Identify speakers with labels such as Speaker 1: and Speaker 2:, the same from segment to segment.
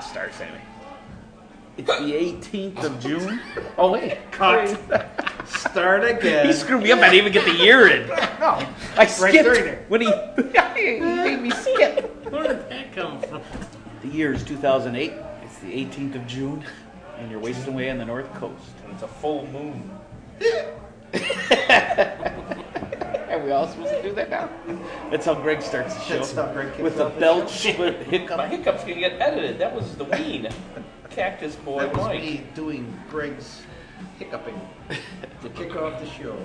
Speaker 1: start, Sammy?
Speaker 2: It's the 18th of June. Oh wait,
Speaker 1: Cut.
Speaker 3: Start again.
Speaker 1: He screwed me up. I didn't even get the year in.
Speaker 2: no, I skipped
Speaker 3: through there.
Speaker 2: when he, he made me skip.
Speaker 3: Where did that come from?
Speaker 2: The year is 2008. It's the 18th of June, and you're wasting away on the North Coast.
Speaker 1: And it's a full moon.
Speaker 2: Are we all supposed to do that now? That's how Greg starts the show.
Speaker 3: That's how Greg kicks
Speaker 2: with a
Speaker 3: off the
Speaker 2: belch, with a
Speaker 1: My
Speaker 2: hiccup.
Speaker 1: hiccup's gonna get edited. That was the ween. Cactus boy
Speaker 3: That was
Speaker 1: Mike.
Speaker 3: me doing Greg's hiccuping to kick off the show.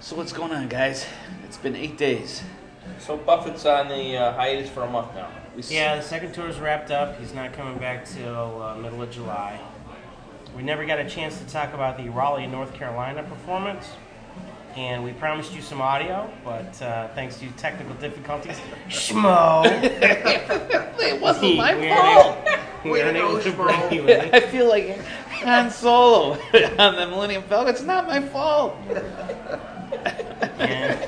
Speaker 2: So what's going on, guys? It's been eight days.
Speaker 1: So Buffett's on the uh, hiatus for a month now.
Speaker 2: We s-
Speaker 4: Yeah, the second tour's wrapped up. He's not coming back till uh, middle of July. We never got a chance to talk about the Raleigh, North Carolina performance, and we promised you some audio, but uh, thanks to technical difficulties, schmo,
Speaker 2: It wasn't my
Speaker 4: We are-
Speaker 2: fault.
Speaker 4: we
Speaker 3: Way
Speaker 4: were
Speaker 3: to
Speaker 4: unable
Speaker 3: go,
Speaker 4: to
Speaker 3: schmo.
Speaker 4: bring you in.
Speaker 2: I feel like Han Solo on the Millennium Falcon. It's not my fault.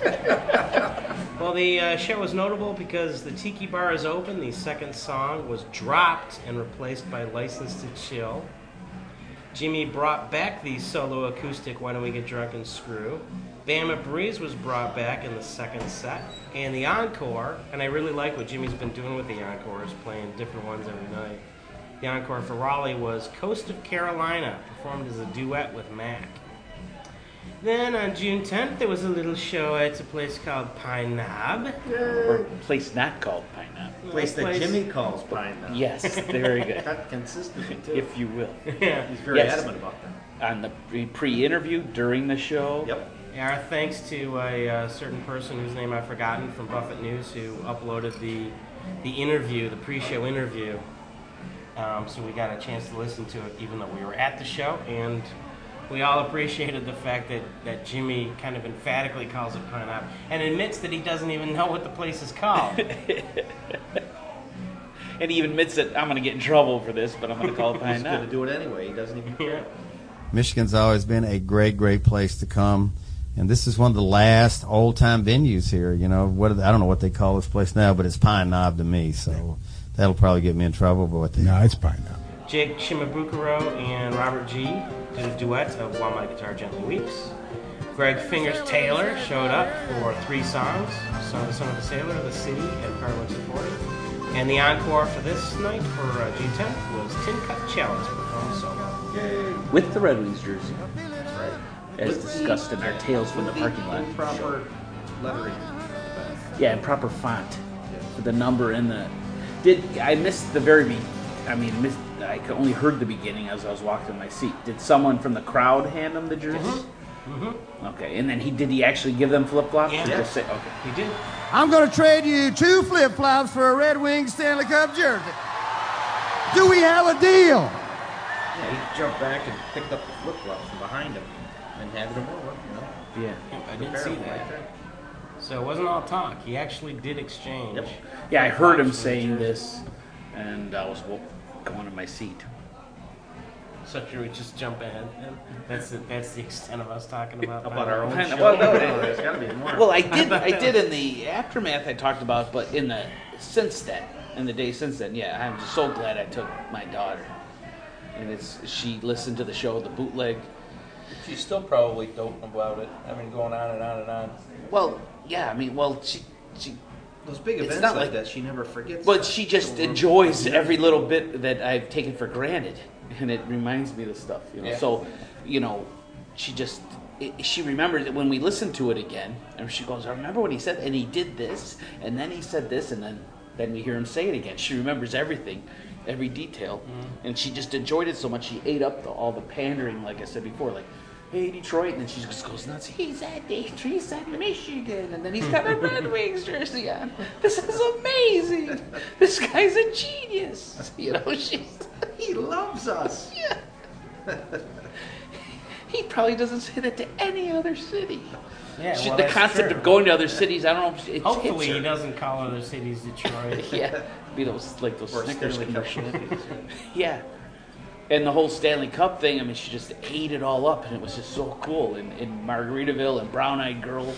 Speaker 4: And- well, the uh, show was notable because the Tiki Bar is open. The second song was dropped and replaced by Licensed to Chill. Jimmy brought back the solo acoustic Why Don't We Get Drunk and Screw. Bama Breeze was brought back in the second set. And the encore, and I really like what Jimmy's been doing with the encore, is playing different ones every night. The encore for Raleigh was Coast of Carolina, performed as a duet with Mac. Then on June 10th, there was a little show at a place called Pine Knob.
Speaker 2: Or place not called Pine Knob.
Speaker 3: Place that Jimmy calls Pine now.
Speaker 2: Yes, very good.
Speaker 3: Got consistency too.
Speaker 2: if you will.
Speaker 4: Yeah.
Speaker 3: He's very
Speaker 2: Yes.
Speaker 3: adamant about that.
Speaker 2: On the pre- pre-interview, during the show.
Speaker 3: Yep.
Speaker 4: Yeah, our thanks to a uh, certain person whose name I've forgotten from Buffett News who uploaded the the interview, the pre-show interview. Um, so we got a chance to listen to it, even though we were at the show, and we all appreciated the fact that, that Jimmy kind of emphatically calls it Pine Knob and admits that he doesn't even know what the place is called.
Speaker 2: And he even admits that I'm going to get in trouble for this, but I'm going to call it
Speaker 3: He's
Speaker 2: Pine
Speaker 3: going to
Speaker 2: Knob.
Speaker 3: do it anyway. He doesn't even care.
Speaker 4: yeah.
Speaker 5: Michigan's always been a great, great place to come, and this is one of the last old-time venues here. You know, what I don't know what they call this place now, but it's Pine Knob to me. So that'll probably get me in trouble. But what the
Speaker 6: No, it's Pine Knob.
Speaker 4: Jake Shimabukuro and Robert G did a duet of While My Guitar Gently Weeps. Greg Fingers Taylor showed up for three songs Son of the Son of the Sailor, The City, and Part 140. And the encore for this night for uh, June 10th was Tin Cup Challenge performed solo.
Speaker 2: With the Red Wings jersey,
Speaker 3: Right.
Speaker 2: as discussed in our Tales from the Parking Lot.
Speaker 3: Proper lettering.
Speaker 2: Yeah, and proper font. With the number in the. Did I missed the very? Be- I mean, missed, I could- only heard the beginning as I was walking to my seat. Did someone from the crowd hand him the jerseys?
Speaker 3: Mm-hmm.
Speaker 2: Okay, and then he did he actually give them flip flops?
Speaker 4: Yeah.
Speaker 2: Just say okay.
Speaker 4: He did.
Speaker 5: I'm going to trade you two flip-flops for a Red Wings Stanley Cup jersey. Do we have a deal?
Speaker 3: Yeah, he jumped back and picked up the flip flops from behind him and handed him over. You know,
Speaker 2: Yeah.
Speaker 4: I
Speaker 3: The
Speaker 4: did
Speaker 3: pair
Speaker 4: see
Speaker 3: of them right
Speaker 4: that.
Speaker 3: there.
Speaker 4: So it wasn't all talk. He actually did exchange.
Speaker 3: Yep.
Speaker 2: Yeah, I heard him saying this, and I was wo- going to my seat.
Speaker 4: So should we just jump ahead? then? That's the, that's the extent of us talking about
Speaker 3: About our own
Speaker 2: Kind
Speaker 3: show.
Speaker 2: of- well, no, it-
Speaker 3: Oh, there's got to be more.
Speaker 2: Well, I did. I did in the aftermath. I talked about, but in the since then, in the day since then, yeah, I'm just so glad I took my daughter. And it's she listened to the show, the bootleg.
Speaker 1: She's still probably dope about it. I mean, going on and on and on.
Speaker 2: Well, yeah, I mean, well, she she,
Speaker 3: Those big
Speaker 2: It's
Speaker 3: events
Speaker 2: not
Speaker 3: like,
Speaker 2: like-
Speaker 3: that, she never forgets.
Speaker 2: but
Speaker 3: that.
Speaker 2: she just
Speaker 3: So, um,
Speaker 2: enjoys every little bit that I've taken for granted, and it reminds me of the stuff, you know.
Speaker 1: Yeah.
Speaker 2: So, you know, she just. It, she remembers it when we listened to it again, and she goes, "I remember when he said, and he did this, and then he said this, and then then we hear him say it again." She remembers everything, every detail,
Speaker 4: Mm-hmm.
Speaker 2: and she just enjoyed it so much. She ate up the, all the pandering, like I said before, like, "Hey Detroit," and then she just goes nuts. He's at Detroit, he's at Michigan, and then he's got a Red Wings jersey on. This is amazing. This guy's a genius. You know, she's.
Speaker 3: he loves us.
Speaker 2: Yeah. he probably doesn't say that to any other city.
Speaker 4: Yeah,
Speaker 2: She-
Speaker 4: well,
Speaker 2: the
Speaker 4: that's
Speaker 2: concept
Speaker 4: true.
Speaker 2: of going to other cities, I don't know. If it
Speaker 4: Hopefully he
Speaker 2: hits her.
Speaker 4: doesn't call other cities Detroit.
Speaker 2: Yeah, be those like those
Speaker 3: Or
Speaker 2: Snickers
Speaker 3: Stanley Cup
Speaker 2: commercials.
Speaker 3: champions.
Speaker 2: yeah, and the whole Stanley Cup thing. I mean, she just ate it all up, and it was just so cool. And in Margaritaville and Brown Eyed Girl,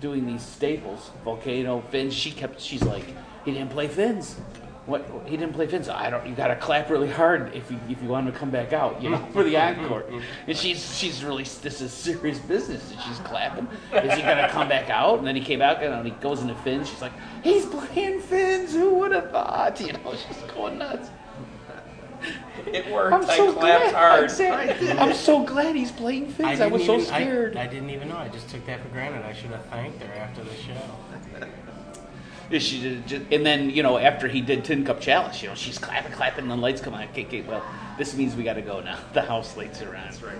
Speaker 2: doing these staples, volcano fins. She kept. She's like, he didn't play fins. What he didn't play Vince. I don't. You got to clap really hard if you if you want him to come back out, you know, for the encore. And she's she's really this is serious business. And she's clapping. Is he gonna come back out? And then he came out and he goes into Finn's. She's like, he's playing Finn's. Who would have thought? You know, she's going nuts.
Speaker 1: It worked.
Speaker 2: I'm
Speaker 1: I
Speaker 2: so
Speaker 1: clapped
Speaker 2: glad.
Speaker 1: hard.
Speaker 2: Exactly. I'm so glad he's playing Finn's. I,
Speaker 4: didn't
Speaker 2: was so
Speaker 4: even- I-
Speaker 2: scared.
Speaker 4: I, didn't even know. I just took that for granted. I should have thanked her after the show.
Speaker 2: Yeah, She did just, and then you know after he did Tin Cup Challenge, you know she's clapping, clapping, and the lights come on. Okay, okay, well this means we got to go now. The house lights are on.
Speaker 3: That's right.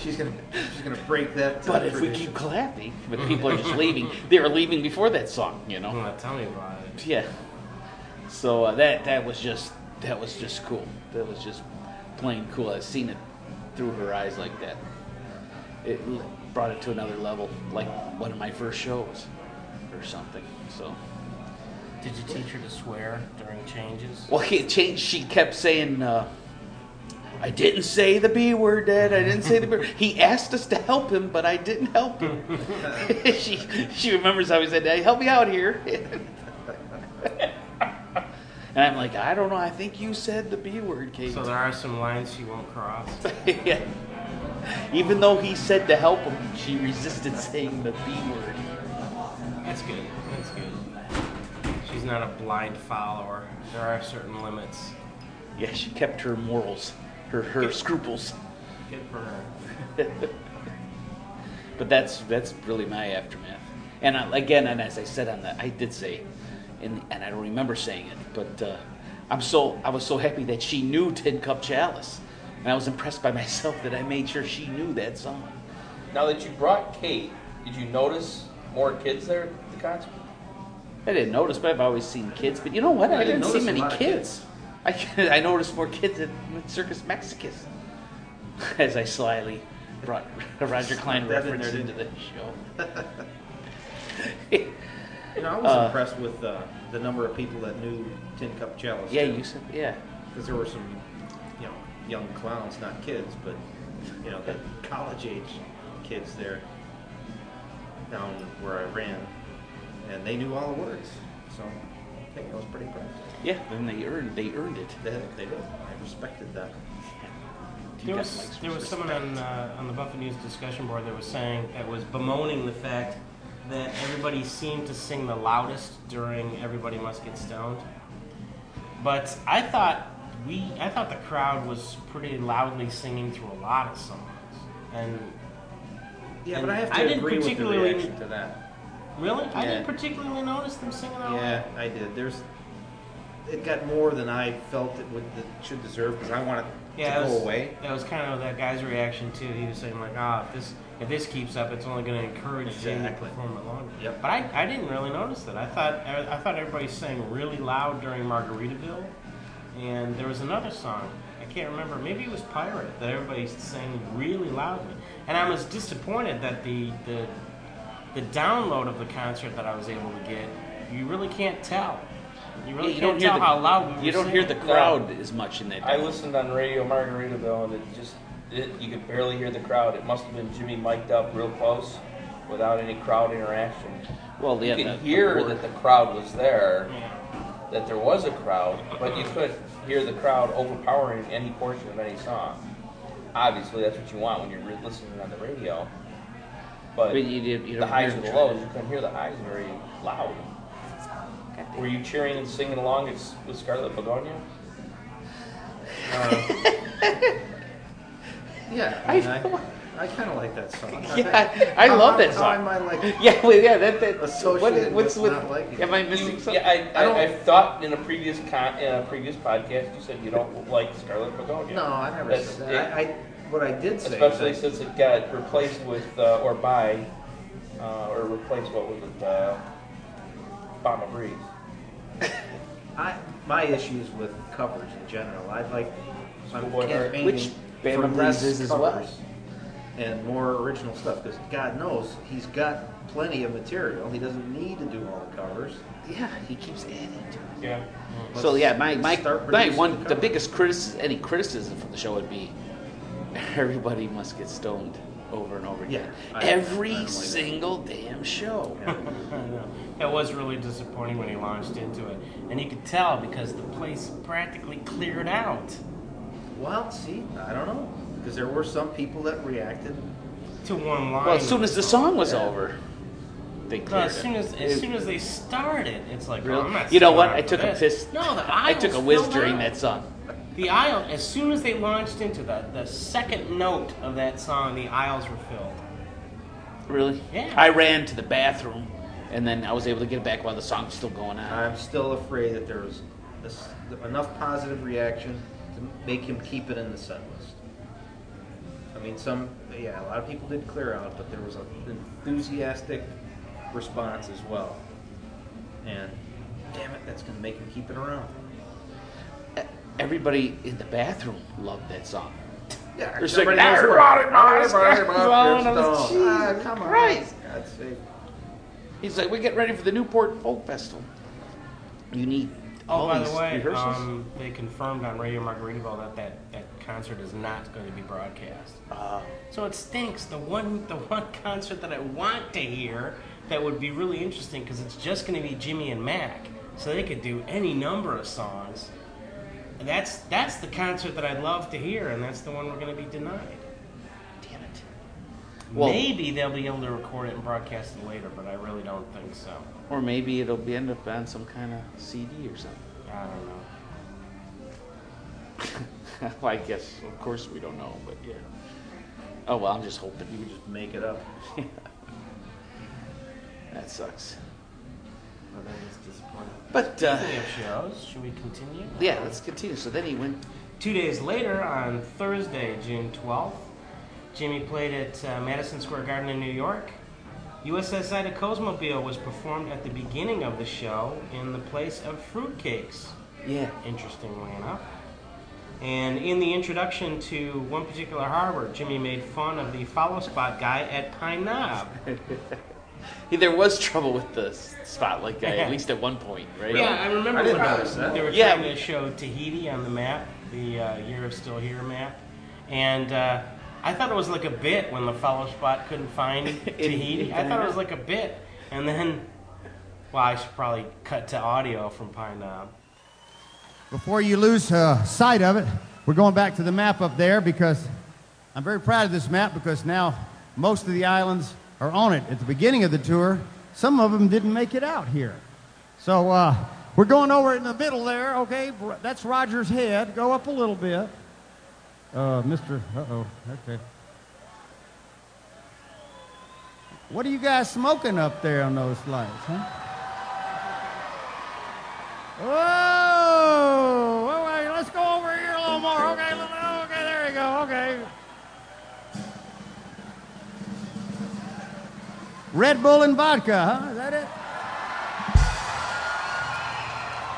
Speaker 3: She's gonna she's gonna break that. uh,
Speaker 2: But if we
Speaker 3: tradition.
Speaker 2: keep clapping, but people are just leaving. They were leaving before that song, you know.
Speaker 4: Well, tell me about it.
Speaker 2: Yeah. So uh, that that was just that was just cool. That was just plain cool. I've seen it through her eyes like that. It l- brought it to another level, like one of my first shows or something. So.
Speaker 4: Did you teach her to swear during changes?
Speaker 2: Well, it changed. She kept saying, uh, "I didn't say the B word, Dad. I didn't say the B." word." He asked us to help him, but I didn't help him. she she remembers how he said, "Hey, help me out here." and I'm like, I don't know. I think you said the B word, Kate.
Speaker 4: So there are some lines she won't cross.
Speaker 2: yeah. Even though he said to help him, she resisted saying the B word.
Speaker 4: That's good. That's good. She's not a blind follower. There are certain limits.
Speaker 2: Yeah, she kept her morals, her her scruples.
Speaker 4: Good for her.
Speaker 2: But that's that's really my aftermath. And I, again, and as I said on that, I did say, and and I don't remember saying it, but uh, I'm so I was so happy that she knew Tin Cup Chalice, and I was impressed by myself that I made sure she knew that song.
Speaker 1: Now that you brought Kate, did you notice more kids there at the concert?
Speaker 2: I didn't notice, but I've always seen kids. But you know what? I,
Speaker 3: I
Speaker 2: didn't,
Speaker 3: didn't
Speaker 2: see
Speaker 3: notice a
Speaker 2: many
Speaker 3: lot of
Speaker 2: kids. I I noticed more kids at Circus Mexicus, as I slyly brought a Roger Klein
Speaker 3: Snuck that in
Speaker 2: reference
Speaker 3: there,
Speaker 2: into
Speaker 3: didn't
Speaker 2: the show.
Speaker 3: You know, I was
Speaker 2: Uh,
Speaker 3: impressed with uh, the number of people that knew Tin Cup Chalice.
Speaker 2: yeah, you said yeah.
Speaker 3: Because there were some, you know, young clowns, not kids, but you know, the college age kids there down where I ran, and they knew all the words. So I think I was pretty impressed.
Speaker 2: Yeah, and they earned they earned it.
Speaker 3: They, they did. I respected that.
Speaker 2: You
Speaker 4: There
Speaker 2: got
Speaker 4: was,
Speaker 2: Mike's
Speaker 4: there was
Speaker 2: respect.
Speaker 4: someone on, uh, on the Buffett News discussion board that was saying, that was bemoaning the fact that everybody seemed to sing the loudest during Everybody Must Get Stoned. But I thought we, I thought the crowd was pretty loudly singing through a lot of songs. And
Speaker 3: Yeah,
Speaker 4: And
Speaker 3: but I have to
Speaker 4: I didn't
Speaker 3: agree with the
Speaker 4: particularly-
Speaker 3: reaction to that.
Speaker 4: really, I
Speaker 3: Yeah.
Speaker 4: didn't particularly notice them singing out
Speaker 3: Yeah, I did. There's. It got more than I felt it would it should deserve because I want it
Speaker 4: Yeah,
Speaker 3: to
Speaker 4: that
Speaker 3: go
Speaker 4: was,
Speaker 3: away.
Speaker 4: That was kind of that guy's reaction too. He was saying like, "Ah, if this if this keeps up, it's only going to encourage Jamie to
Speaker 3: Exactly.
Speaker 4: perform it longer."
Speaker 3: Yep.
Speaker 4: But I, I didn't really notice that. I thought I, I thought everybody sang really loud during Margaritaville, and there was another song I can't remember. Maybe it was Pirate that everybody sang really loudly. And I was disappointed that the the the download of the concert that I was able to get, you really can't tell. You
Speaker 2: Yeah,
Speaker 4: really
Speaker 2: you
Speaker 4: can't
Speaker 2: don't hear
Speaker 4: tell
Speaker 2: the,
Speaker 4: how loud we
Speaker 2: you
Speaker 4: were
Speaker 2: don't hear the
Speaker 4: singing.
Speaker 2: crowd as much in that.
Speaker 1: I listened on Radio Margaritaville, and it just it, you could barely hear the crowd. It must have been Jimmy mic'd up real close, without any crowd interaction.
Speaker 2: well, yeah,
Speaker 1: you
Speaker 2: the,
Speaker 1: could hear
Speaker 2: the,
Speaker 1: that the crowd was there,
Speaker 4: Yeah.
Speaker 1: that there was a crowd, but you couldn't hear the crowd overpowering any portion of any song. Obviously, that's what you want when you're re- listening on the radio. But,
Speaker 2: But you did- you
Speaker 1: the
Speaker 2: don't hear
Speaker 1: highs and the
Speaker 2: it.
Speaker 1: lows, you couldn't hear the highs very loud. Were you cheering and singing along with- with Scarlet Begonia?
Speaker 3: Yeah,
Speaker 2: I
Speaker 3: I mean,
Speaker 2: know.
Speaker 3: I, I kind of like that song.
Speaker 2: Yeah, I love that
Speaker 3: How-
Speaker 2: song.
Speaker 3: How am I like?
Speaker 2: yeah, well, yeah, that that.
Speaker 3: Associated
Speaker 2: What is, what's with?
Speaker 3: with not liking it.
Speaker 2: am I
Speaker 1: You-
Speaker 2: missing something?
Speaker 1: yeah, I,
Speaker 3: I
Speaker 1: I,
Speaker 3: don't-
Speaker 1: I, thought in a previous con, in a previous podcast you said you don't like Scarlet Begonia.
Speaker 3: No, I never
Speaker 1: That's
Speaker 3: said that. I, I what I did say.
Speaker 1: Especially
Speaker 3: is
Speaker 1: since it got replaced with uh, or by uh, or replaced what was it? Uh, Bomba Breeze.
Speaker 3: I, my issues with covers in general. I'd like I'm
Speaker 1: Schoolboy Heart.
Speaker 3: campaigning
Speaker 2: Which Bam
Speaker 3: for
Speaker 2: Bam
Speaker 3: less
Speaker 2: Breeze is as well.
Speaker 3: covers and more original stuff because God knows he's got plenty of material. He doesn't need to do all the covers.
Speaker 2: Yeah, he keeps adding to it.
Speaker 1: Yeah.
Speaker 2: So
Speaker 3: Let's
Speaker 2: yeah, my my,
Speaker 3: start
Speaker 2: my
Speaker 3: producing
Speaker 2: one the
Speaker 3: covers.
Speaker 2: biggest criticism any criticism for the show would be everybody must get stoned. over and over
Speaker 3: Yeah,
Speaker 2: again.
Speaker 3: I-
Speaker 2: Every
Speaker 3: I don't like that.
Speaker 2: single damn show.
Speaker 4: I know. That was really disappointing when he launched into it. And you could tell because the place practically cleared out
Speaker 3: Well, see, I don't know, because there were some people that reacted.
Speaker 4: to one line.
Speaker 2: Well, as soon as the song was
Speaker 3: Yeah.
Speaker 2: over, they
Speaker 4: No,
Speaker 2: cleared
Speaker 4: as soon
Speaker 2: it.
Speaker 4: as as soon as they started, it's like
Speaker 2: Really?
Speaker 4: oh, I'm not
Speaker 2: you know
Speaker 4: sticking
Speaker 2: what?
Speaker 4: around
Speaker 2: I
Speaker 4: for
Speaker 2: took a
Speaker 4: this.
Speaker 2: piss.
Speaker 4: No, the
Speaker 2: I
Speaker 4: aisle
Speaker 2: took a whiz during
Speaker 4: out.
Speaker 2: that song.
Speaker 4: The aisle, as soon as they launched into the the second note of that song, the aisles were filled.
Speaker 2: Really?
Speaker 4: Yeah.
Speaker 2: I ran to the bathroom, and then I was able to get back while the song was still going on.
Speaker 3: I'm still afraid that there was this, enough positive reaction to make him keep it in the set list. I mean, some yeah, a lot of people did clear out, but there was an enthusiastic response as well. And damn it, that's gonna make him keep it around.
Speaker 2: E- Everybody in the bathroom loved that song.
Speaker 3: Yeah,
Speaker 2: There's
Speaker 3: everybody
Speaker 2: like,
Speaker 3: knows
Speaker 2: "Nah,
Speaker 3: where-
Speaker 2: Roddy,
Speaker 3: Roddy,
Speaker 2: Roddy,
Speaker 3: Roddy,
Speaker 2: Roddy,
Speaker 3: Roddy,
Speaker 2: Roddy,
Speaker 3: Roddy,
Speaker 2: Jesus
Speaker 3: Ah, come on,
Speaker 2: Christ.
Speaker 3: God's sake.
Speaker 2: He's like, we get ready for the Newport Folk Festival. You need all
Speaker 4: oh, by
Speaker 2: these
Speaker 4: the way,
Speaker 2: rehearsals.
Speaker 4: um, they confirmed on Radio Margaritaville that, that that concert is not going to be broadcast.
Speaker 2: Uh,
Speaker 4: So it stinks. The one, the one concert that I want to hear that would be really interesting because it's just going to be Jimmy and Mac, so they could do any number of songs. And that's that's the concert that I'd love to hear, and that's the one we're going to be denied.
Speaker 2: damn it. Well-
Speaker 4: Maybe they'll be able to record it and broadcast it later, but I really don't think so.
Speaker 2: Or maybe it'll be end up on some kind of CD or something.
Speaker 4: I don't know.
Speaker 2: well, I guess, of course, we don't know, but yeah. Oh, well, I'm just hoping.
Speaker 3: You just make it up.
Speaker 2: That sucks.
Speaker 4: But that is disappointing.
Speaker 2: But, uh,
Speaker 4: Speaking of shows, should we continue?
Speaker 2: yeah, let's continue. So then he went.
Speaker 4: Two days later, on Thursday, June 12th, Jimmy played at uh, Madison Square Garden in New York. USSI to Cosmobile was performed at the beginning of the show in the place of fruitcakes,
Speaker 2: Yeah.
Speaker 4: interestingly enough. And in the introduction to One Particular Harbor, Jimmy made fun of the follow spot guy at Pine Knob.
Speaker 2: He, there was trouble with the s- spotlight guy,
Speaker 4: Yeah.
Speaker 2: at least at one point, right?
Speaker 4: Yeah, I remember
Speaker 3: I didn't
Speaker 4: when
Speaker 3: notice that.
Speaker 4: they were
Speaker 2: Yeah.
Speaker 4: trying to show Tahiti on the map, the uh, Year of Still Here map, and uh, I thought it was like a bit when the follow spot couldn't find Tahiti. I thought it was like a bit, and then, well, I should probably cut to audio from Pine Knob.
Speaker 6: Before you lose uh, sight of it, we're going back to the map up there because I'm very proud of this map because now most of the islands are on it. At the beginning of the tour, some of them didn't make it out here. So uh, we're going over in the middle there, okay? That's Roger's head. Go up a little bit. Uh, Mr. Uh oh, okay. What are you guys smoking up there on those lights, huh? Whoa! Whoa, wait, let's go over here a little more. Okay, a little- okay, there you go. Okay. Red Bull and vodka, huh? Is that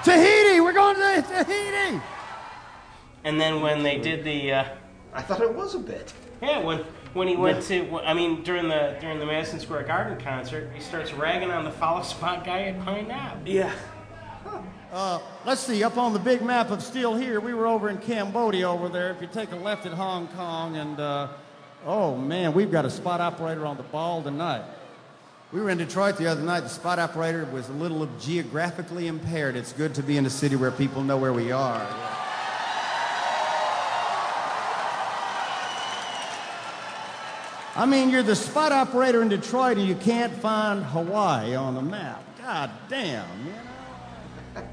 Speaker 6: it? Tahiti! We're going to Tahiti!
Speaker 4: And then when they did the, uh,
Speaker 3: I thought it was a bit.
Speaker 4: yeah, when when he went to, wh- I mean, during the during the Madison Square Garden concert, he starts ragging on the follow spot guy at Pine Knob.
Speaker 2: Yeah.
Speaker 6: Uh, let's see, up on the big map of still here, we were over in Cambodia over there. If you take a left at Hong Kong, and uh, oh man, we've got a spot operator on the ball tonight. We were in Detroit the other night. The spot operator was a little geographically impaired. It's good to be in a city where people know where we are. I mean, you're the spot operator in Detroit and you can't find Hawaii on the map. God damn, you know?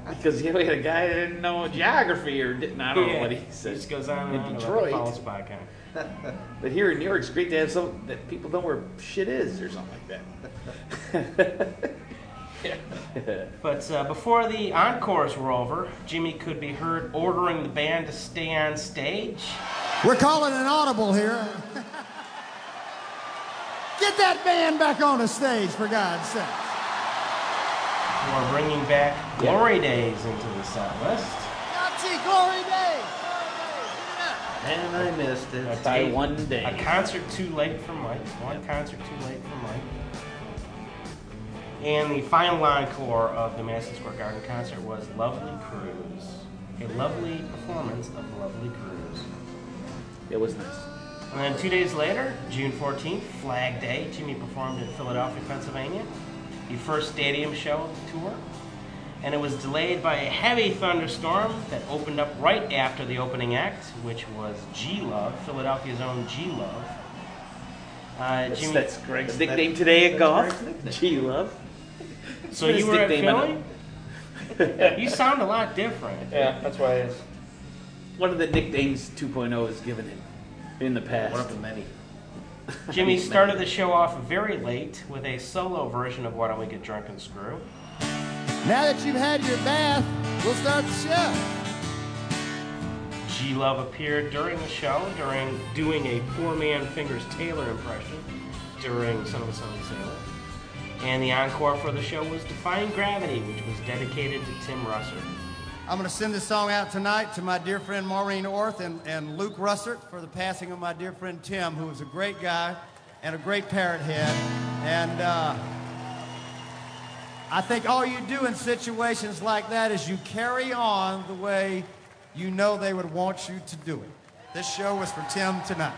Speaker 2: Because you know, we had a guy that didn't know geography or didn't, I don't know what he
Speaker 4: He
Speaker 2: says.
Speaker 4: just goes on and
Speaker 2: In
Speaker 4: on about the
Speaker 2: Detroit.
Speaker 4: follow spot guy.
Speaker 2: But here in New York, it's great to have some that people know where shit is or something like that.
Speaker 4: But uh, before the encores were over, Jimmy could be heard ordering the band to stay on stage.
Speaker 6: We're calling an audible here. Get that band back on the stage, for God's sake.
Speaker 4: We're bringing back Glory Days into the set list.
Speaker 6: Yahtzee, glory day.
Speaker 3: And I missed it.
Speaker 2: By
Speaker 4: Dave,
Speaker 2: one
Speaker 4: A
Speaker 2: day.
Speaker 4: concert too late for Mike. One concert too late for Mike. And the final encore of the Madison Square Garden concert was Lovely Cruise. A lovely performance of Lovely Cruise.
Speaker 2: It was nice.
Speaker 4: And then two days later, June 14th, Flag Day, Jimmy performed in Philadelphia, Pennsylvania, the first stadium show of the tour. And it was delayed by a heavy thunderstorm that opened up right after the opening act, which was G Love, Philadelphia's own G Love. Uh, Jimmy,
Speaker 2: that's Greg's nickname today at golf. Gee, love.
Speaker 4: so
Speaker 2: his
Speaker 4: you were at
Speaker 2: nickname, I
Speaker 4: Philly? you sound a lot different.
Speaker 1: Yeah, that's why it's.
Speaker 2: One of the nicknames 2.0 has given him in the past.
Speaker 3: One of the many.
Speaker 4: Jimmy started the show off very late with a solo version of Why Don't We Get Drunk and Screw?
Speaker 6: Now that you've had your bath, we'll start the show.
Speaker 4: G Love appeared during the show, during doing a poor man Fingers Taylor impression during Son of a Son Sailor. And the encore for the show was Defying Gravity, which was dedicated to Tim Russert.
Speaker 6: I'm going to send this song out tonight to my dear friend Maureen Orth and, and Luke Russert for the passing of my dear friend Tim, who was a great guy and a great parrot head. And uh, I think all you do in situations like that is you carry on the way you know they would want you to do it. This show was for Tim tonight.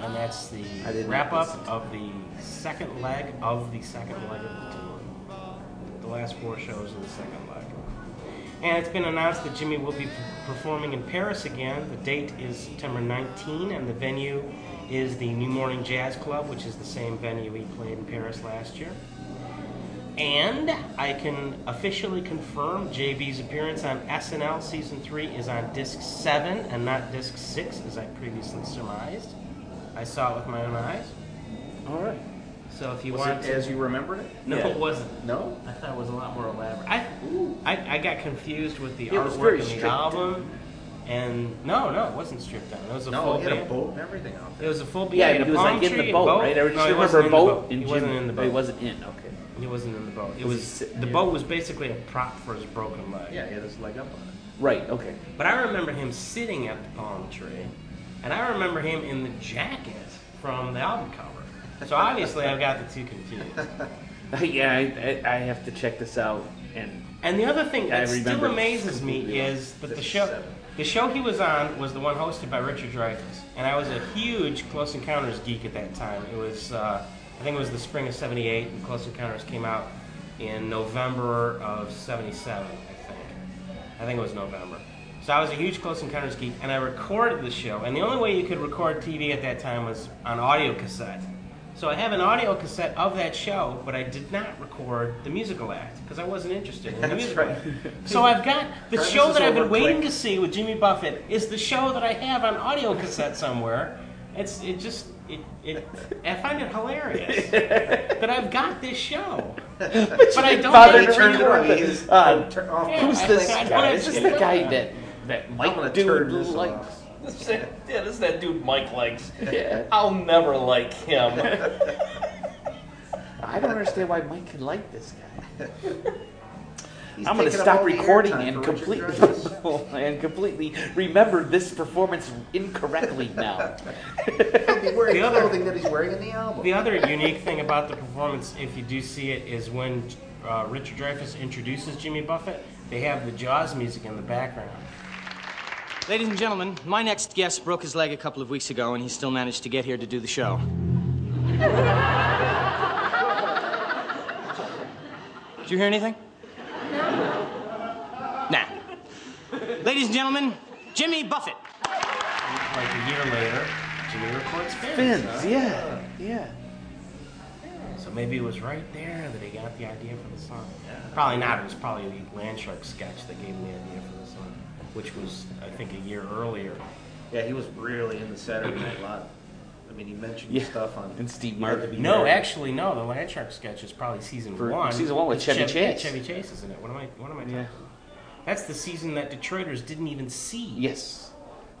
Speaker 4: And that's the
Speaker 2: I didn't
Speaker 4: wrap
Speaker 2: listen
Speaker 4: up of the second leg of the second leg of the tour. The last four shows of the second leg. And it's been announced that Jimmy will be performing in Paris again. The date is September 19, and the venue is the New Morning Jazz Club, which is the same venue he played in Paris last year. And I can officially confirm JB's appearance on SNL season three is on disc seven and not disc six, as I previously surmised. I saw it with my own eyes.
Speaker 2: All right.
Speaker 4: So if you
Speaker 3: Was
Speaker 4: want
Speaker 3: it
Speaker 4: to,
Speaker 3: as you remembered it?
Speaker 4: no,
Speaker 2: yeah.
Speaker 4: it wasn't.
Speaker 3: No?
Speaker 4: I thought it was a lot more elaborate. I, I, I got confused with the
Speaker 2: It was
Speaker 4: artwork
Speaker 2: very
Speaker 4: and the
Speaker 2: stripped
Speaker 4: album, and no, no, it wasn't stripped down. It was a
Speaker 3: No,
Speaker 4: full
Speaker 3: he had a
Speaker 4: band.
Speaker 3: boat and everything out
Speaker 4: It was a full band.
Speaker 2: Yeah, it
Speaker 4: a
Speaker 2: was
Speaker 4: palm
Speaker 2: like in
Speaker 4: tree,
Speaker 2: the
Speaker 4: a
Speaker 2: boat, right? I
Speaker 4: No,
Speaker 2: just
Speaker 4: he
Speaker 2: remember
Speaker 4: wasn't
Speaker 2: a
Speaker 4: in the
Speaker 2: boat.
Speaker 4: He
Speaker 2: in
Speaker 4: wasn't
Speaker 2: Jim-
Speaker 4: in the
Speaker 2: Oh, he
Speaker 4: boat.
Speaker 2: wasn't in. Okay.
Speaker 4: He wasn't in the boat.
Speaker 2: Was he
Speaker 4: It was
Speaker 2: sitting
Speaker 4: the
Speaker 2: there?
Speaker 4: boat was basically a prop for his broken leg.
Speaker 3: there. Yeah, he had his leg up on it.
Speaker 2: Right. Okay.
Speaker 4: But I remember him sitting at the palm tree, and I remember him in the jacket from the album cover. So obviously, I've got the two confused.
Speaker 2: yeah, I, I, I have to check this out. And
Speaker 4: And the other thing
Speaker 2: Yeah, I
Speaker 4: that still
Speaker 2: remember
Speaker 4: amazes me
Speaker 2: completely
Speaker 4: is that the
Speaker 3: Six,
Speaker 4: show,
Speaker 3: seven.
Speaker 4: the show he was on was the one hosted by Richard Dreyfuss, and I was a huge Close Encounters geek at that time. It was, uh, I think, it was the spring of '78, and Close Encounters came out in November of '77, I think. I think it was November. So I was a huge Close Encounters geek, and I recorded the show. And the only way you could record TV at that time was on audio cassette. So I have an audio cassette of that show, but I did not record the musical act because I wasn't interested in the
Speaker 3: That's
Speaker 4: musical
Speaker 3: right.
Speaker 4: act. So I've got the
Speaker 3: Travis
Speaker 4: show
Speaker 3: is
Speaker 4: that I've been
Speaker 3: over,
Speaker 4: waiting
Speaker 3: click.
Speaker 4: to see with Jimmy Buffett is the show that I have on audio cassette somewhere. It's it just it, it I find it hilarious that I've got this show, but I don't.
Speaker 2: bother
Speaker 4: have-
Speaker 2: to
Speaker 3: turned it
Speaker 2: record
Speaker 3: on.
Speaker 2: the-
Speaker 3: He just
Speaker 2: uh,
Speaker 3: turned off.
Speaker 4: Yeah,
Speaker 2: who's
Speaker 4: I-
Speaker 2: this
Speaker 4: I- I
Speaker 2: guy?
Speaker 4: don't
Speaker 2: Is this
Speaker 4: actually
Speaker 2: the guy
Speaker 4: know.
Speaker 2: that that
Speaker 3: I'm
Speaker 2: Mike
Speaker 3: gonna
Speaker 2: dude
Speaker 3: turn this
Speaker 2: likes?
Speaker 3: off.
Speaker 1: This is that- yeah, this is that dude Mike likes.
Speaker 2: Yeah.
Speaker 1: I'll never like him.
Speaker 2: I don't understand why Mike could like this guy.
Speaker 3: He's
Speaker 2: I'm going to
Speaker 3: taking up
Speaker 2: stop
Speaker 3: all the
Speaker 2: recording
Speaker 3: airtime
Speaker 2: and
Speaker 3: for Richard
Speaker 2: completely
Speaker 3: Dreyfuss.
Speaker 2: and completely remember this performance incorrectly now.
Speaker 3: He'll be wearing
Speaker 4: The other-
Speaker 3: clothing that he's wearing in the album.
Speaker 4: The other unique thing about the performance, if you do see it, is when uh, Richard Dreyfuss introduces Jimmy Buffett, they have the Jaws music in the background.
Speaker 7: Ladies and gentlemen, my next guest broke his leg a couple of weeks ago, and he still managed to get here to do the show. Did you hear anything? Nah. Ladies and gentlemen, Jimmy Buffett.
Speaker 4: Like a year later, Jimmy records Fins.
Speaker 2: Fins, yeah, yeah.
Speaker 4: So maybe it was right there that he got the idea for the song. Probably not. It was probably the Landshark sketch that gave him the idea for the song, which was, I think, a year earlier.
Speaker 3: Yeah, he was really in the Saturday Night Live. I mean, he mentioned
Speaker 2: Yeah,
Speaker 3: stuff on
Speaker 2: and Steve
Speaker 3: Had to
Speaker 2: Martin.
Speaker 3: Be
Speaker 4: No,
Speaker 3: Married.
Speaker 4: actually, no. The Landshark sketch is probably season
Speaker 2: For-
Speaker 4: one.
Speaker 2: season one with
Speaker 4: It's
Speaker 2: Chevy
Speaker 4: yeah,
Speaker 2: Chase.
Speaker 4: Chevy Chase is in it. What am I? What am I talking?
Speaker 2: Yeah.
Speaker 4: about? That's the season that Detroiters didn't even see.
Speaker 2: Yes.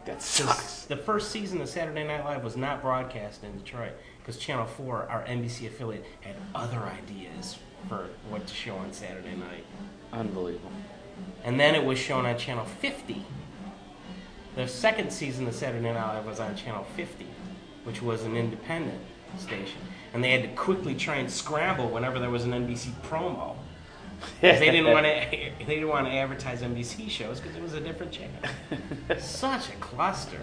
Speaker 2: That sucks.
Speaker 4: The first season of Saturday Night Live was not broadcast in Detroit because Channel 4, our NBC affiliate, had other ideas for what to show on Saturday night.
Speaker 2: Unbelievable.
Speaker 4: And then it was shown on Channel 50. The second season of Saturday Night Live was on Channel 50, which was an independent station. And they had to quickly try and scramble whenever there was an NBC promo. 'Cause they didn't want to. They didn't want to advertise NBC shows because it was a different channel. Such a cluster.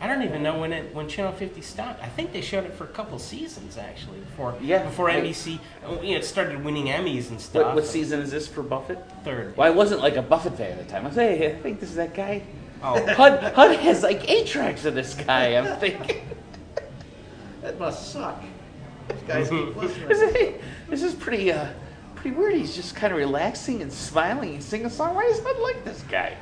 Speaker 4: I don't even know when it when Channel 50 stopped. I think they showed it for a couple seasons actually before
Speaker 2: Yeah.
Speaker 4: before NBC you know, it started winning Emmys and stuff.
Speaker 2: What, what season is this for Buffett?
Speaker 4: Third.
Speaker 2: Well, I wasn't like a Buffett fan at the time. I was like, hey, I think this is that guy.
Speaker 4: Oh,
Speaker 2: HUD, HUD has like eight tracks of this guy, I'm thinking.
Speaker 3: That must suck. Those guys keep
Speaker 2: This
Speaker 3: listening.
Speaker 2: is- this is pretty, uh, pretty weird. He's just kind of relaxing and smiling and singing a song. Why is HUD like this guy?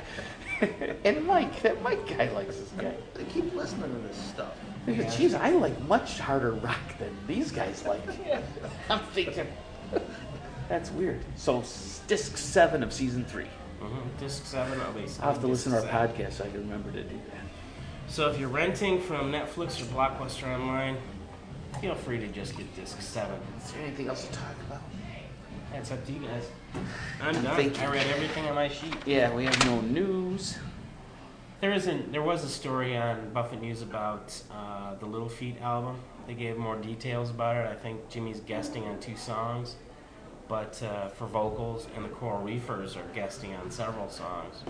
Speaker 2: and Mike, that Mike guy likes this guy.
Speaker 3: They keep listening to this stuff.
Speaker 2: Jeez, I like much harder rock than these guys like. I'm thinking, that's weird. So, s- disc seven of season three.
Speaker 4: mhm, disc seven at least.
Speaker 2: I'll have to listen to
Speaker 4: Disc
Speaker 2: our
Speaker 4: seven.
Speaker 2: podcast so I can remember to do that.
Speaker 4: So if you're renting from Netflix or Blockbuster online, feel free to just get disc seven.
Speaker 2: Is there anything else to talk about?
Speaker 4: That's up to you guys. I'm done.
Speaker 2: Thank you.
Speaker 4: I read everything on my sheet.
Speaker 2: Yeah, we have no news.
Speaker 4: There isn't. There was a story on Buffett News about uh, the Little Feet album. They gave more details about it. I think Jimmy's guesting on two songs, but uh, for vocals, and the Coral Reefers are guesting on several songs.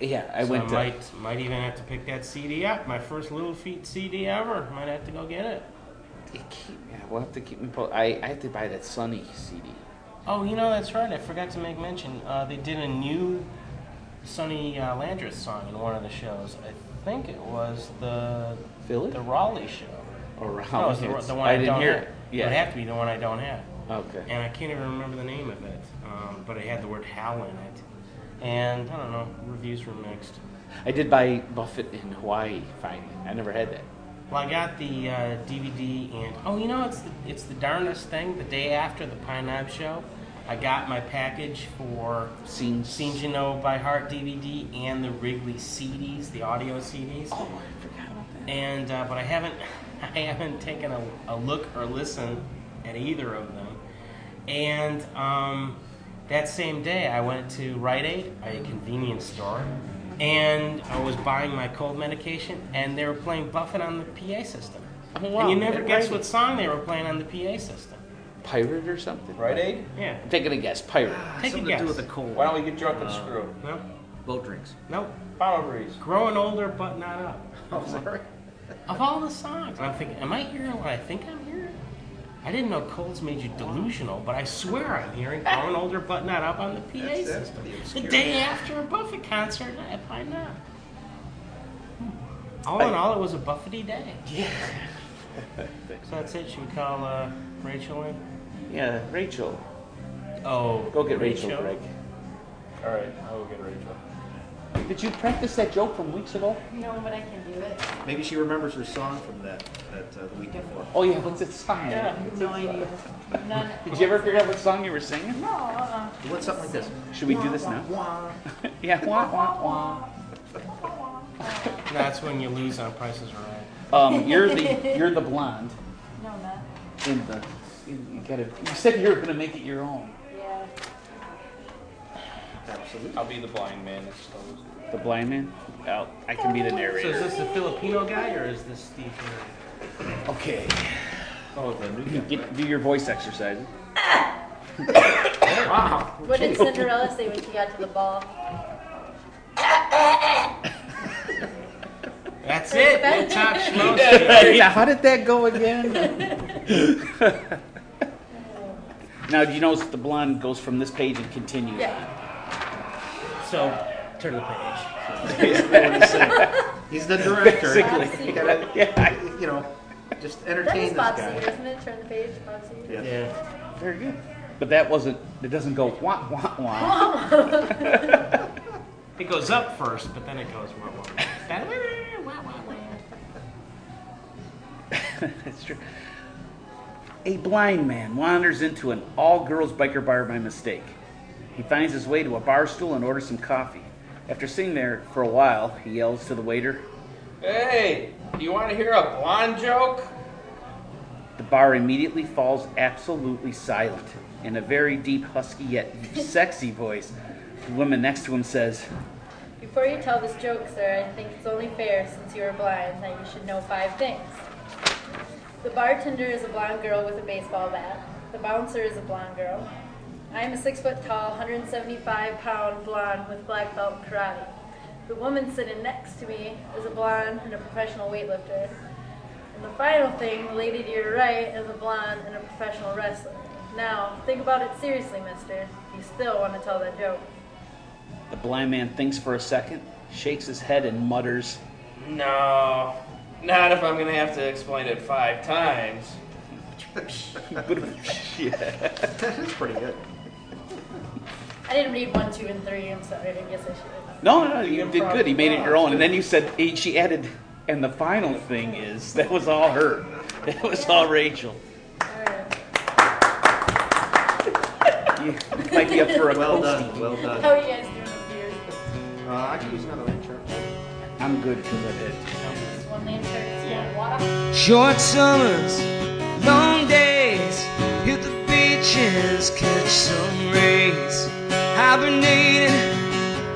Speaker 2: Yeah, I
Speaker 4: so
Speaker 2: went
Speaker 4: I
Speaker 2: to.
Speaker 4: might might even have to pick that CD up. My first Little Feet CD ever. Might have to go get it.
Speaker 2: it keep, yeah, we'll have to keep me po- I, I have to buy that Sunny CD.
Speaker 4: Oh, you know that's right. I forgot to make mention. Uh, they did a new Sonny uh, Landris song in one of the shows. I think it was the
Speaker 2: Philly?
Speaker 4: the Raleigh show.
Speaker 2: Around.
Speaker 4: No, it's Oh, the, the one I,
Speaker 2: I didn't
Speaker 4: don't
Speaker 2: hear
Speaker 4: have.
Speaker 2: it.
Speaker 4: It would
Speaker 2: Yeah.
Speaker 4: have to be the one I don't have.
Speaker 2: Okay.
Speaker 4: And I can't even remember the name of it, um, but it had the word Hal in it. And I don't know, reviews were mixed.
Speaker 2: I did buy Buffett in Hawaii finally. I never had that.
Speaker 4: Well, I got the uh, DVD, and oh, you know, it's the, it's the darndest thing. The day after the Pine Knob show, I got my package for
Speaker 2: Scenes.
Speaker 4: Scenes You Know by Heart DVD and the Wrigley CDs, the audio CDs.
Speaker 2: Oh, I forgot about that.
Speaker 4: and uh, but I haven't I haven't taken a, a look or listen at either of them. And um, that same day, I went to Rite Aid, a convenience store, and I was buying my cold medication, and they were playing Buffett on the PA system.
Speaker 2: Oh, wow.
Speaker 4: And you never
Speaker 2: At
Speaker 4: guess
Speaker 2: Rite Aid.
Speaker 4: what song they were playing on the PA system.
Speaker 2: Pirate or something?
Speaker 1: Right, Aid?
Speaker 4: Yeah.
Speaker 2: I'm taking a guess. Pirate.
Speaker 4: Take
Speaker 3: Something
Speaker 4: a guess.
Speaker 3: to do with the cold.
Speaker 1: Why don't we get drunk and screw?
Speaker 4: No.
Speaker 3: Boat drinks.
Speaker 4: Nope.
Speaker 1: Bottle breeze.
Speaker 4: Growing older, but not up.
Speaker 3: Oh, sorry.
Speaker 4: Of all the songs, I'm thinking, am I hearing what I think I'm hearing? I didn't know colds made you delusional, but I swear I'm hearing growing older, but not up on the PA
Speaker 3: That's, that's
Speaker 4: system.
Speaker 3: pretty
Speaker 4: The
Speaker 3: obscure.
Speaker 4: day after a Buffett concert, I find not. All in
Speaker 2: I-
Speaker 4: all, it was a Buffety day.
Speaker 2: Yeah.
Speaker 4: So that's it. Should we call uh, Rachel in?
Speaker 2: Yeah, Rachel.
Speaker 4: Oh,
Speaker 2: Go get Rachel, Greg.
Speaker 1: All right, I will get Rachel.
Speaker 2: Did you practice that joke from weeks ago?
Speaker 8: No, but I can do it.
Speaker 3: Maybe she remembers her song from that, that uh, the week before.
Speaker 2: Oh, yeah, what's that song?
Speaker 8: No idea. None.
Speaker 2: Did you ever figure out what song you were singing?
Speaker 8: No, uh-uh.
Speaker 3: What's something like this?
Speaker 2: Should we do this now? yeah, wah, wah, wah.
Speaker 4: No, that's when you lose on prices right.
Speaker 2: Um, you're the you're the blonde
Speaker 8: No, not.
Speaker 2: in the you you gotta you said you were gonna make it your own.
Speaker 8: Yeah.
Speaker 3: Absolutely.
Speaker 1: I'll be the blind man. It's just always-
Speaker 2: The blind man? Oh, I can be the
Speaker 4: So is
Speaker 2: narrator.
Speaker 4: this the Filipino guy or is this Steve? Harvey?
Speaker 2: Okay.
Speaker 3: Oh, the new
Speaker 2: You get- do your voice exercises.
Speaker 8: What did Cinderella say when she got to the ball?
Speaker 4: That's it. We'll talk schmoes.
Speaker 2: now, how did that go again? now, do you notice the blonde goes from this page and continues?
Speaker 8: Yeah.
Speaker 4: So turn the page.
Speaker 3: He's the director.
Speaker 2: Sickly.
Speaker 8: Bob
Speaker 3: You
Speaker 8: Seger.
Speaker 3: gotta, yeah, you know, just
Speaker 8: That
Speaker 3: entertain
Speaker 8: is
Speaker 3: this
Speaker 8: Bob
Speaker 3: guy.
Speaker 8: Seger, isn't it? Turn the page, Bob Seger.
Speaker 3: Yeah.
Speaker 4: Yeah.
Speaker 2: Very good. But that wasn't, it doesn't go wah, wah, wah.
Speaker 4: It goes up first, but then it goes wah wah. That- wah, wah, wah.
Speaker 2: That's true. A blind man wanders into an all girls biker bar by mistake. He finds his way to a bar stool and orders some coffee. After sitting there for a while, he yells to the waiter.
Speaker 1: Hey, do you want to hear a blonde joke?
Speaker 2: The bar immediately falls absolutely silent. In a very deep, husky yet sexy voice, the woman next to him says,
Speaker 8: Before you tell this joke, sir, I think it's only fair, since you are blind, that you should know five things. The bartender is a blonde girl with a baseball bat. The bouncer is a blonde girl. I am a six foot tall, 175 pound blonde with black belt in karate. The woman sitting next to me is a blonde and a professional weightlifter. And the final thing, the lady to your right is a blonde and a professional wrestler. Now, think about it seriously, mister. You still want to tell that joke.
Speaker 2: The blind man thinks for a second, shakes his head, and mutters,
Speaker 1: No, not if I'm gonna have to explain it five times.
Speaker 3: That's pretty good.
Speaker 8: I didn't read one, two, and three. I'm sorry. I guess I should have.
Speaker 2: No, no, you did good. He made it your own. And then you said, eh, she added, and the final thing is, that was all her. That was all Rachel.
Speaker 8: All right.
Speaker 2: You might be up for a
Speaker 3: Well
Speaker 2: posting.
Speaker 3: done. Well done.
Speaker 8: How are you guys doing with beers?
Speaker 3: Uh, I could use another red shirt.
Speaker 2: I'm good for it.
Speaker 8: Just one lantern, just one water.
Speaker 9: Short summers, long days, hit the beaches, catch some rays. Hibernating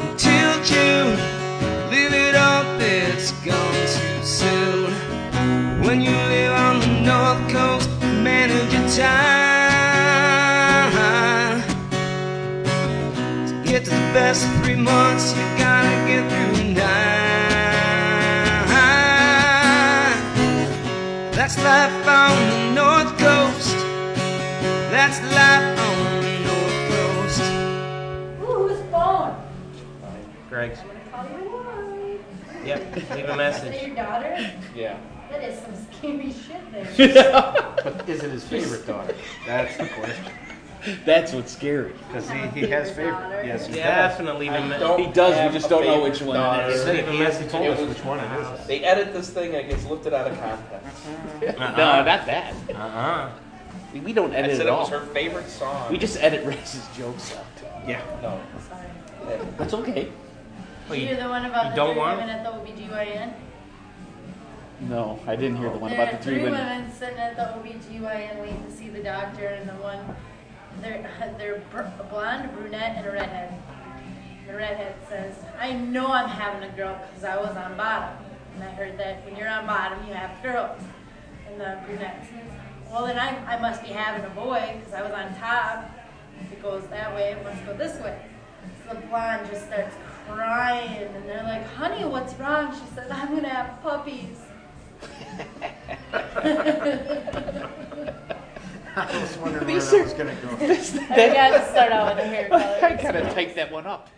Speaker 9: until June, live it up, it's gone too soon. When you live on the North Coast, manage your time. To get to the best of three months, you gotta get through nine. That's life on the North Coast. That's life on the North Coast.
Speaker 8: Ooh, whose phone?
Speaker 4: Greg's.
Speaker 8: I'm gonna call your wife.
Speaker 4: Yep, leave a
Speaker 8: Is that
Speaker 4: message.
Speaker 8: your daughter?
Speaker 1: Yeah.
Speaker 8: That is some scary shit there.
Speaker 3: But is it his favorite daughter? That's the question.
Speaker 2: That's what's scary.
Speaker 3: Because he, he has
Speaker 8: Favorite daughter.
Speaker 3: favorite. Yes, he does.
Speaker 4: Definitely leave a message.
Speaker 2: He does, we
Speaker 1: have
Speaker 2: just
Speaker 1: a
Speaker 2: don't know
Speaker 1: favorite
Speaker 2: which one it is.
Speaker 1: daughter.
Speaker 4: Leave a message.
Speaker 3: Told us
Speaker 1: It was-
Speaker 3: which one it is.
Speaker 1: They edit this thing and it gets lifted out of context.
Speaker 2: No, not that.
Speaker 4: Uh-uh.
Speaker 2: We don't edit
Speaker 1: Uh-huh. I said
Speaker 2: at
Speaker 1: it
Speaker 2: all.
Speaker 1: was her favorite song.
Speaker 2: We just edit Rachel's jokes out.
Speaker 3: Yeah.
Speaker 1: no.
Speaker 8: Sorry.
Speaker 2: That's okay.
Speaker 4: Well,
Speaker 8: You're
Speaker 4: you,
Speaker 8: the one about
Speaker 4: you
Speaker 8: the
Speaker 4: don't
Speaker 8: three
Speaker 4: want-
Speaker 8: women at the OBGYN?
Speaker 2: No, I didn't hear the one
Speaker 8: There
Speaker 2: about the
Speaker 8: are
Speaker 2: three women.
Speaker 8: sitting at the OBGYN waiting to see the doctor, and the one, they're, they're br- a blonde, a brunette, and a redhead. The redhead says, I know I'm having a girl because I was on bottom. And I heard that when you're on bottom, you have girls. And the brunette says, Well, then I, I must be having a boy because I was on top. If it goes that way, it must go this way. So the blonde just starts crying, and they're like, Honey, what's wrong? She says, I'm going to have puppies.
Speaker 3: I was wondering where that was going to go.
Speaker 8: I forgot to start out with the hair color.
Speaker 2: I gotta take that one up.